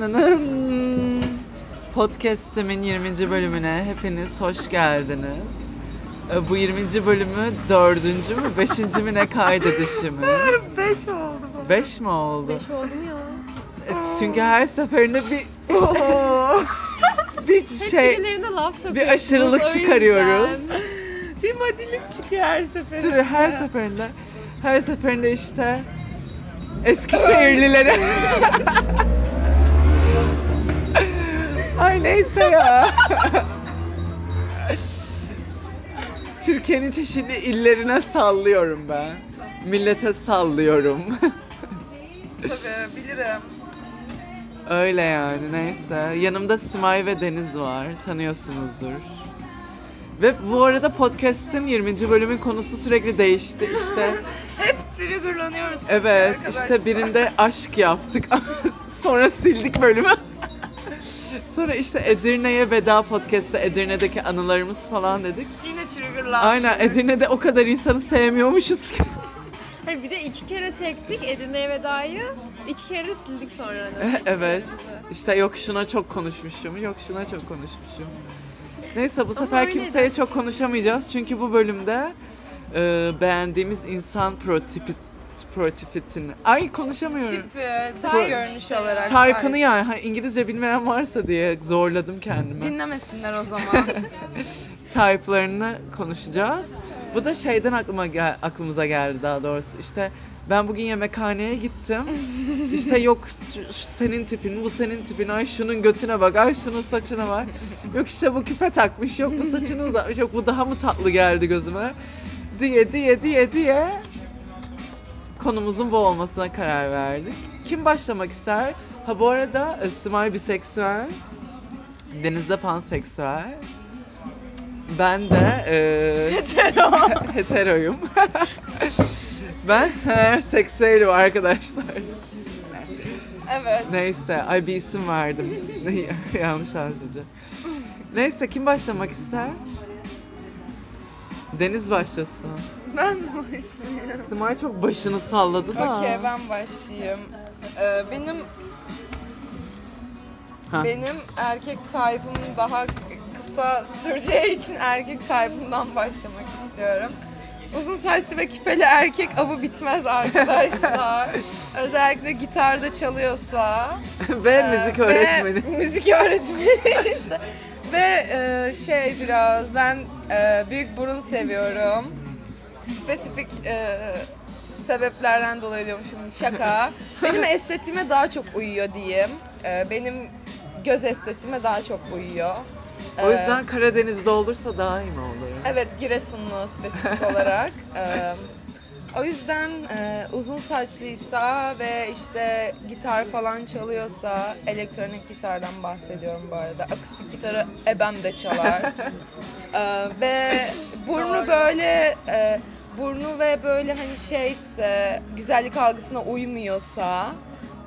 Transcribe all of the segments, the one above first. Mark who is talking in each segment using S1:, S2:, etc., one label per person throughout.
S1: Nırınınınının. Podcast'imin 20. bölümüne hepiniz hoş geldiniz. Ee, Bu 20. bölümü 4. mü 5. mi ne kaydedişimiz?
S2: 5 oldu bu.
S1: 5 mi oldu?
S2: 5 oldu mu ya?
S1: E, Çünkü her seferinde bir bir
S2: Şey,
S1: şey
S2: Birilerine laf sokuyoruz.
S1: bir aşırılık çıkarıyoruz.
S2: Bir madilim çıkıyor her seferinde.
S1: Sürü her seferinde her seferinde işte Eskişehirlilere Ay neyse ya. Türkiye'nin çeşitli illerine sallıyorum ben. Millete sallıyorum.
S2: Tabii bilirim.
S1: Öyle yani neyse. Yanımda Simay ve Deniz var. Tanıyorsunuzdur. Ve bu arada podcast'in 20. bölümün konusu sürekli değişti. İşte
S2: Hep triggerlanıyoruz. çünkü
S1: Evet,
S2: arkadaşlar.
S1: işte birinde aşk yaptık. Sonra sildik bölümü. Sonra işte Edirne'ye veda podcast'te Edirne'deki anılarımız falan dedik.
S2: Yine triggerlandık.
S1: Aynen Edirne'de o kadar insanı sevmiyormuşuz ki.
S3: Hayır, bir de iki kere çektik Edirne'ye vedayı. iki kere sildik sonra. hani o
S1: evet.
S3: çektiklerimizi.
S1: İşte yok şuna çok konuşmuşum, yok şuna çok konuşmuşum. Neyse bu
S3: Ama
S1: sefer
S3: öyle
S1: kimseye
S3: de.
S1: çok konuşamayacağız. Çünkü bu bölümde e, beğendiğimiz insan protipi, protipitini... Ay konuşamıyorum.
S2: Tipi,
S3: Bu-
S2: tarz görünüş olarak.
S1: Tarpını yani ha, İngilizce bilmeyen varsa diye zorladım kendimi.
S2: Dinlemesinler o zaman.
S1: Type'larını konuşacağız. Bu da şeyden aklıma gel- aklımıza geldi daha doğrusu. İşte ben bugün yemekhaneye gittim. İşte yok şu- şu senin tipin, bu senin tipin, ay şunun götüne bak, ay şunun saçına bak. Yok işte bu küpe takmış, yok bu saçını uzatmış, yok bu daha mı tatlı geldi gözüme. Diye diye diye diye konumuzun bu olmasına karar verdik. Kim başlamak ister? Ha bu arada e, Simay biseksüel, Deniz de panseksüel. Ben de hetero. heteroyum. ben her seksüelim arkadaşlar.
S2: evet.
S1: Neyse, ay bir isim verdim. Yanlış anlaşılacak. Neyse, kim başlamak ister? Deniz başlasın.
S2: Ben mi?
S1: Simay çok başını salladı da.
S4: Okey ben başlayayım. Ee, benim
S1: Ha.
S4: benim erkek type'ım daha kısa süreceği için erkek type'ımdan başlamak istiyorum. Uzun saçlı ve küpeli erkek avı bitmez arkadaşlar. Özellikle gitarda çalıyorsa.
S1: ve
S4: Ee,
S1: müzik
S4: ve
S1: öğretmeni.
S4: müzik öğretmeni. ve e, şey biraz ben e, büyük burun seviyorum. Spesifik e, sebeplerden dolayı diyormuşum şaka. Benim estetime daha çok uyuyor diyeyim. E, benim göz estetime daha çok uyuyor.
S1: O
S4: E,
S1: yüzden Karadeniz'de olursa daha iyi mi olur?
S4: Evet Giresunlu spesifik olarak. Ee, o yüzden e, uzun saçlıysa ve işte gitar falan çalıyorsa elektronik gitardan bahsediyorum bu arada. Akustik gitarı ebem de çalar. Ee, ve burnu böyle e, burnu ve böyle hani şeyse güzellik algısına uymuyorsa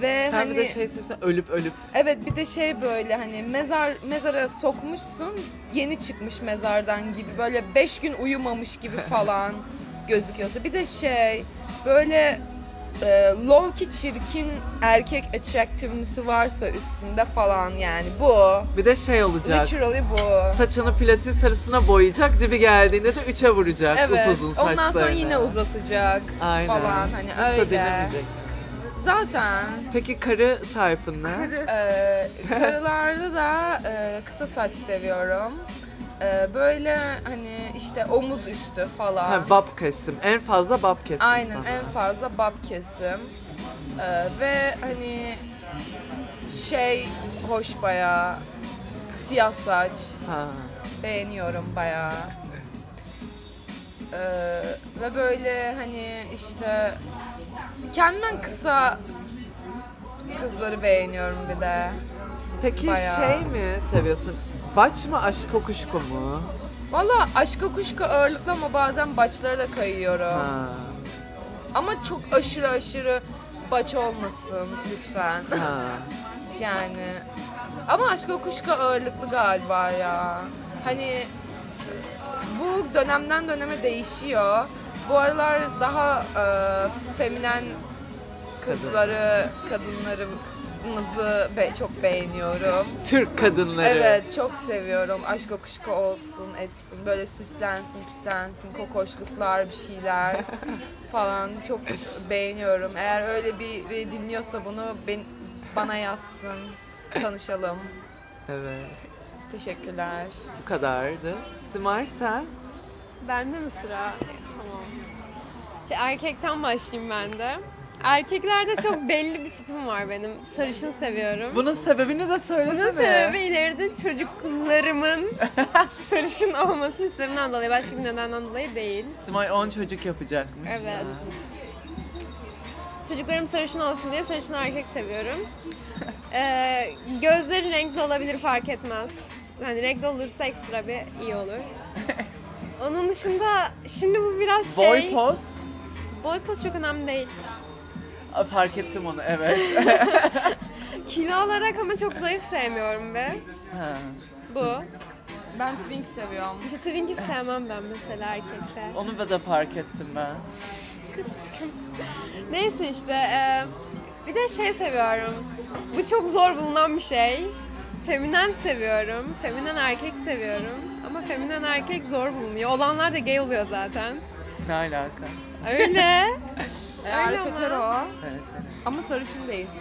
S4: ve
S1: Sen
S4: hani
S1: bir de şey istiyorsan ölüp ölüp.
S4: Evet bir de şey böyle hani mezar mezara sokmuşsun yeni çıkmış mezardan gibi böyle 5 gün uyumamış gibi falan gözüküyorsa. Bir de şey böyle e, low-key çirkin erkek attractiveness'ı varsa üstünde falan yani bu.
S1: Bir de şey olacak.
S4: Literally bu.
S1: Saçını platin sarısına boyayacak. Dibi geldiğinde de üçe vuracak.
S4: Evet.
S1: Upuzun saçlarını.
S4: Ondan sonra yine uzatacak
S1: Aynen.
S4: falan hani
S1: Kısa
S4: öyle.
S1: denemeyecek.
S4: Zaten
S1: Peki karı tayfın ne?
S4: Ee, karılarda da e, kısa saç seviyorum. Ee, böyle hani işte omuz üstü falan.
S1: Ha, bab kesim. En fazla bab kesim.
S4: Aynen
S1: sana.
S4: en fazla bab kesim. Ee, ve hani şey hoş bayağı siyah saç
S1: Ha.
S4: beğeniyorum bayağı. Ee, ve böyle hani işte kendinden kısa kızları beğeniyorum bir de.
S1: Peki
S4: Bayağı.
S1: şey mi seviyorsun? Baç mı aşk kokuşku mu?
S4: Valla aşka kuşka ağırlıklı ama bazen baçlara da kayıyorum.
S1: Ha.
S4: Ama çok aşırı aşırı baç olmasın lütfen.
S1: ha.
S4: yani ama aşka kuşka ağırlıklı galiba ya. Hani bu dönemden döneme değişiyor. Bu aralar daha e, feminen kızları, kadınları Naz'ı be- çok beğeniyorum.
S1: Türk kadınları.
S4: Evet çok seviyorum. Aşk okuşku olsun etsin. Böyle süslensin püslensin. Kokoşluklar bir şeyler falan. Çok beğeniyorum. Eğer öyle biri dinliyorsa bunu ben, bana yazsın. Tanışalım.
S1: Evet.
S4: Teşekkürler.
S1: Bu kadardı. Simar sen?
S3: Bende mi sıra? Tamam. Şey, erkekten başlayayım ben de. Erkeklerde çok belli bir tipim var benim. Sarışın seviyorum.
S1: Bunun sebebini de söylesene.
S3: Bunun sebebi ileride çocuklarımın sarışın olmasının sebebinden dolayı. Başka bir nedenden dolayı değil.
S1: Simay 10 çocuk yapacakmış.
S3: Evet.
S1: da.
S3: Çocuklarım sarışın olsun diye sarışın erkek seviyorum. Ee, gözleri renkli olabilir fark etmez. Hani renkli olursa ekstra bir iyi olur. Onun dışında şimdi bu biraz şey...
S1: Boy poz.
S3: Boy poz çok önemli değil.
S1: Aa, Fark ettim onu evet.
S3: Kilo olarak ama çok zayıf sevmiyorum be.
S1: Ha.
S3: Bu.
S4: Ben Twink seviyorum.
S3: İşte Twinkie sevmem ben mesela erkekler.
S1: Onu da, da fark ettim ben.
S3: Neyse işte e, bir de şey seviyorum. Bu çok zor bulunan bir şey. Feminen seviyorum. Feminen erkek seviyorum. Ama feminen erkek zor bulunuyor. Olanlar da gay oluyor zaten.
S1: Ne alaka?
S3: Öyle.
S4: E,
S3: Öyle
S4: Arif
S3: ama.
S4: Öter o.
S1: Evet evet.
S4: Ama sarışın değilsin.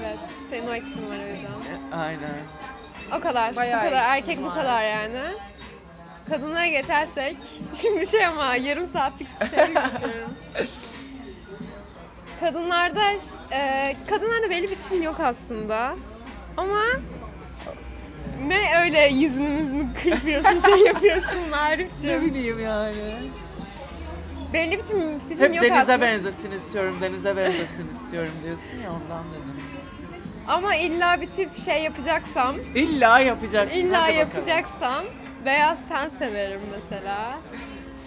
S3: evet. Senin o eksin var o yüzden.
S1: E, Aynen.
S3: O kadar.
S4: Bayağı
S3: bu kadar.
S4: eksin
S3: Erkek bu
S4: var.
S3: kadar yani. Kadınlara geçersek. Şimdi şey ama yarım saatlik şey yapıyorum. Kadınlarda e, kadınlarda belli bir tipim yok aslında. Ama ne öyle yüzünü müzünü kırpıyorsun şey yapıyorsun
S1: Ne
S3: Arif'ciğim.
S1: bileyim yani.
S3: belli bir tipim, tipim
S1: Hep
S3: yok
S1: denize
S3: aslında.
S1: benzesin istiyorum, denize benzesin istiyorum diyorsun ya ondan dedim.
S3: Ama illa bir tip şey yapacaksam,
S1: İlla yapacaksın. hadi
S3: illa
S1: bakalım.
S3: yapacaksam beyaz ten severim mesela.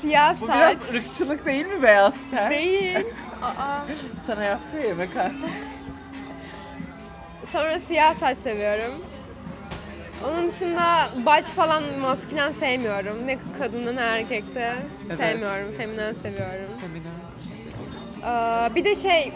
S3: Siyah
S1: Bu
S3: saç.
S1: biraz ırkçılık değil mi beyaz ten?
S3: Değil. Aa.
S1: Sana yaptığı yemek ha.
S3: Sonra siyah saç seviyorum. Onun dışında baş falan maskülen sevmiyorum. Ne kadında ne erkekte
S1: Evet.
S3: sevmiyorum. Feminen seviyorum.
S1: Feminen.
S3: Ee, bir de şey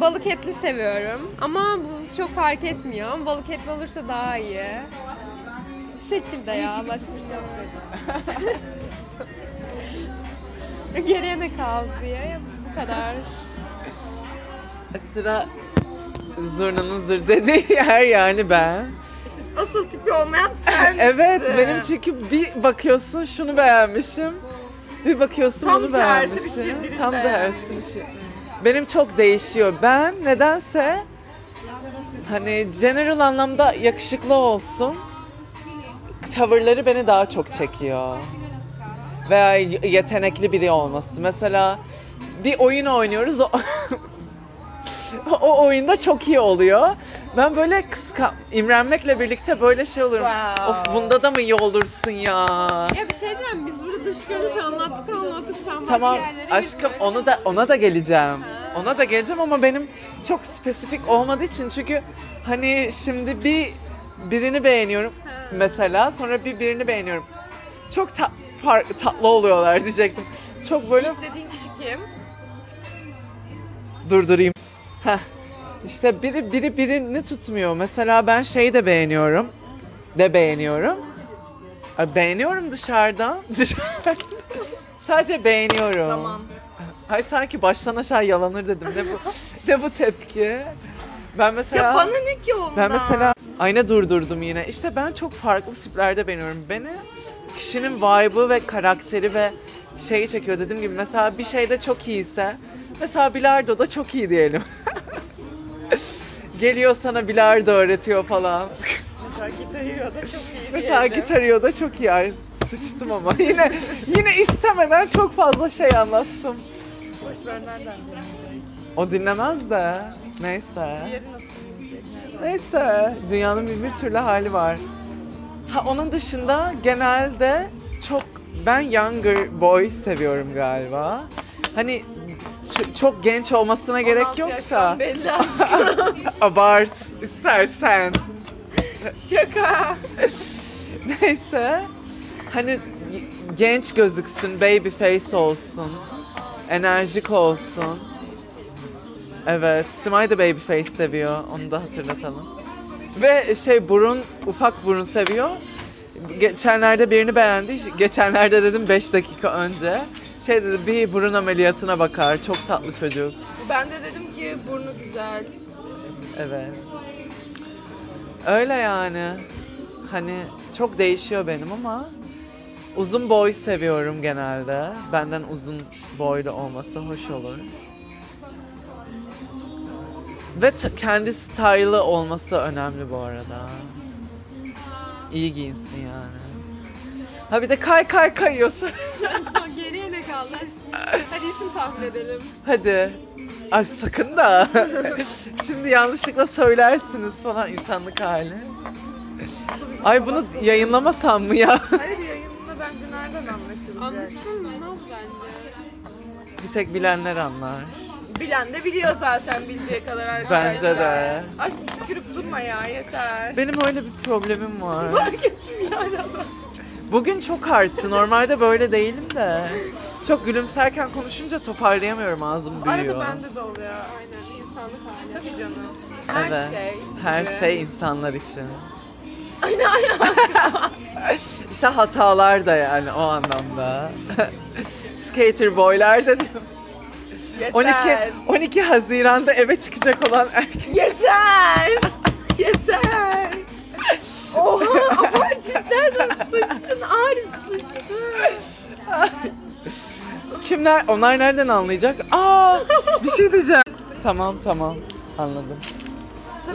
S3: balık etli seviyorum. Ama bu çok fark etmiyor. Ama Balık etli olursa daha iyi. Bu şekilde ya. Başka bir şey yok. Geriye ne kaldı diye bu kadar.
S1: Sıra zurnanın zır dediği yer yani ben.
S2: Asıl tipi olmayan sen.
S1: Evet benim çünkü bir bakıyorsun şunu beğenmişim. Bir bakıyorsun
S2: Tam
S1: bunu
S2: tersi bir
S1: beğenmişim.
S2: şey, birini
S1: Tam tersi bir şey. Benim çok değişiyor. Ben nedense hani general anlamda yakışıklı olsun tavırları beni daha çok çekiyor. Veya y- yetenekli biri olması. Mesela bir oyun oynuyoruz. O, o oyunda çok iyi oluyor. Ben böyle kıskan, imrenmekle birlikte böyle şey olurum.
S4: Wow.
S1: Of bunda da mı iyi olursun ya?
S3: Ya bir şey diyeceğim. Biz burada dış görünüş anlattık anlattık. Sen
S1: Tamam
S3: başka yerlere
S1: aşkım onu da ona da geleceğim. Ona da geleceğim ama benim çok spesifik olmadığı için çünkü hani şimdi bir birini beğeniyorum mesela sonra bir birini beğeniyorum. Çok ta- far- tatlı oluyorlar diyecektim. Çok böyle
S2: dediğin kişi kim?
S1: durdurayım. Heh. İşte biri biri birini tutmuyor. Mesela ben şeyi de beğeniyorum. De beğeniyorum. Ay, Beğeniyorum dışarıdan. Dışarıdan. Sadece beğeniyorum.
S4: Tamam.
S1: Ay sanki baştan aşağı yalanır dedim. Ne bu, ne bu tepki? Ben mesela...
S2: Ya bana ne ki ondan?
S1: Ben mesela ayna durdurdum yine. İşte ben çok farklı tiplerde beğeniyorum. Beni kişinin vibe'ı ve karakteri ve şeyi çekiyor dediğim gibi. Mesela bir şeyde çok iyiyse, mesela bilardo'da çok iyi diyelim. Geliyor sana bilardo öğretiyor falan. mesela gitarıyor da çok iyi. Mesela gitarıyor da çok iyi. Ay, sıçtım ama yine yine istemeden çok fazla şey anlattım. O dinlemez de. Neyse. Neyse, dünyanın bin bir türlü hali var. Ha, onun dışında genelde çok ben younger boy seviyorum galiba. Hani ç- çok genç olmasına gerek yok da.
S2: Belli
S1: Abart istersen.
S2: şaka.
S1: Neyse. Hani genç gözüksün, baby face olsun, enerjik olsun. Evet. Simay da Babyface seviyor. Onu da hatırlatalım. Ve şey burun, ufak burun seviyor. Geçenlerde birini beğendi. Geçenlerde dedim 5 dakika önce. Şey dedi bir burun ameliyatına bakar. Çok tatlı çocuk.
S4: Ben de dedim ki burnu güzel.
S1: Evet. Öyle yani. Hani çok değişiyor benim ama uzun boy seviyorum genelde. Benden uzun boylu olması hoş olur. Ve t- kendi style'ı olması önemli bu arada. İyi giyinsin yani. Ha bir de kay kay kayıyorsa.
S3: Geriye ne kaldı? Hadi isim tahmin edelim.
S1: Hadi. Ay sakın da. Şimdi yanlışlıkla söylersiniz falan insanlık hali. Ay bunu yayınlamasam mı ya?
S2: Hayır yayınında bence nereden anlaşılacak?
S3: Anlaşılmaz bence.
S1: Bir tek bilenler anlar.
S2: Bilen de biliyor zaten bileceği kadar arkadaşlar.
S1: Bence de.
S2: Ay tükürüp durma ya yeter.
S1: Benim öyle bir problemim var. Bugün çok arttı. Normalde böyle değilim de. Çok gülümserken konuşunca toparlayamıyorum ağzım büyüyor.
S2: Arada bende de oluyor. Aynen insanlık hali. Tabii canım.
S4: Her
S1: Evet.
S4: şey.
S1: Her şey insanlar için. işte hatalar da yani o anlamda. Skater boylar da diyormuş. 12 12 Haziran'da eve çıkacak olan erkek.
S2: Yeter. yeter. Oha abartist nereden sıçtın? Arif sıçtın.
S1: Kimler? Onlar nereden anlayacak? Aa, bir şey diyeceğim. tamam tamam. Anladım.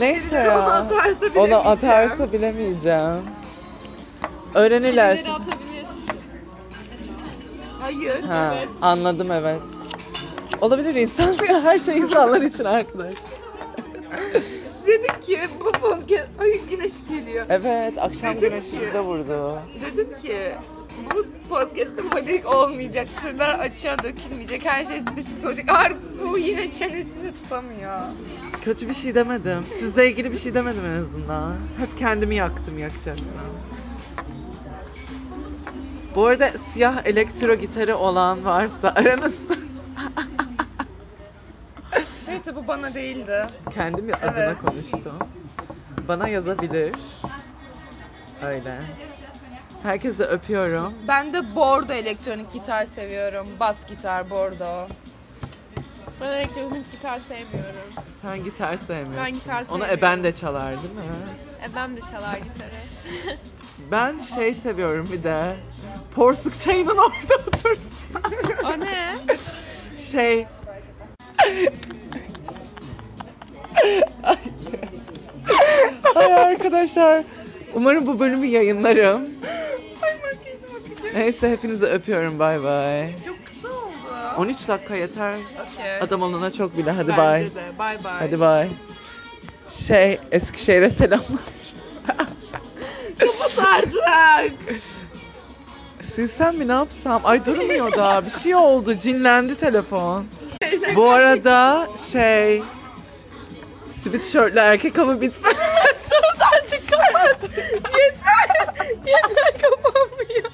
S1: Neyse
S2: birileri
S1: ya.
S2: onu atarsa
S1: Onu
S2: bilemeyeceğim.
S1: atarsa bilemeyeceğim. Öğrenirler.
S3: Birileri atabilir.
S2: Hayır.
S1: Ha, anladım evet. Olabilir insan her şey insanlar için arkadaş.
S2: Dedim ki bu podcast... Ay güneş geliyor.
S1: Evet, akşam güneşimize vurdu.
S2: Dedim ki bu podcast'te modelik olmayacak. Sırlar açığa dökülmeyecek. Her şey spesifik olacak. Artık bu yine çenesini tutamıyor.
S1: Kötü bir şey demedim. Sizle ilgili bir şey demedim en azından. Hep kendimi yaktım yakacaksam. Bu arada siyah elektro gitarı olan varsa aranızda
S2: Neyse bu bana değildi.
S1: kendim adına
S2: Evet.
S1: konuştum. Bana yazabilir. Öyle. Herkese öpüyorum.
S4: Ben de bordo elektronik gitar seviyorum. Bas gitar bordo.
S3: Ben elektronik gitar sevmiyorum.
S1: Sen gitar sevmiyorsun.
S3: Ben gitar
S1: Onu
S3: sevmiyorum.
S1: eben de çalar değil mi?
S3: Ebem E, de çalar gitarı.
S1: Ben şey seviyorum bir de. Porsuk çayının orada otursun.
S3: O ne?
S1: Şey. Ay arkadaşlar. Umarım bu bölümü yayınlarım. Neyse hepinizi öpüyorum bay bay.
S2: Çok kısa oldu.
S1: 13 dakika yeter.
S2: Okey.
S1: Adam olana çok bile hadi
S2: Bence
S1: bay.
S2: de. Bye bye.
S1: Hadi bay. Şey Eskişehir'e selamlar.
S2: Kapat artık.
S1: Silsem mi ne yapsam? Ay durmuyor da. Bir şey oldu. Cinlendi telefon. Bu arada şey... Sweatshirtle erkek hava bitmez.
S2: Sus artık kapat. Yeter. Yeter kapanmıyor.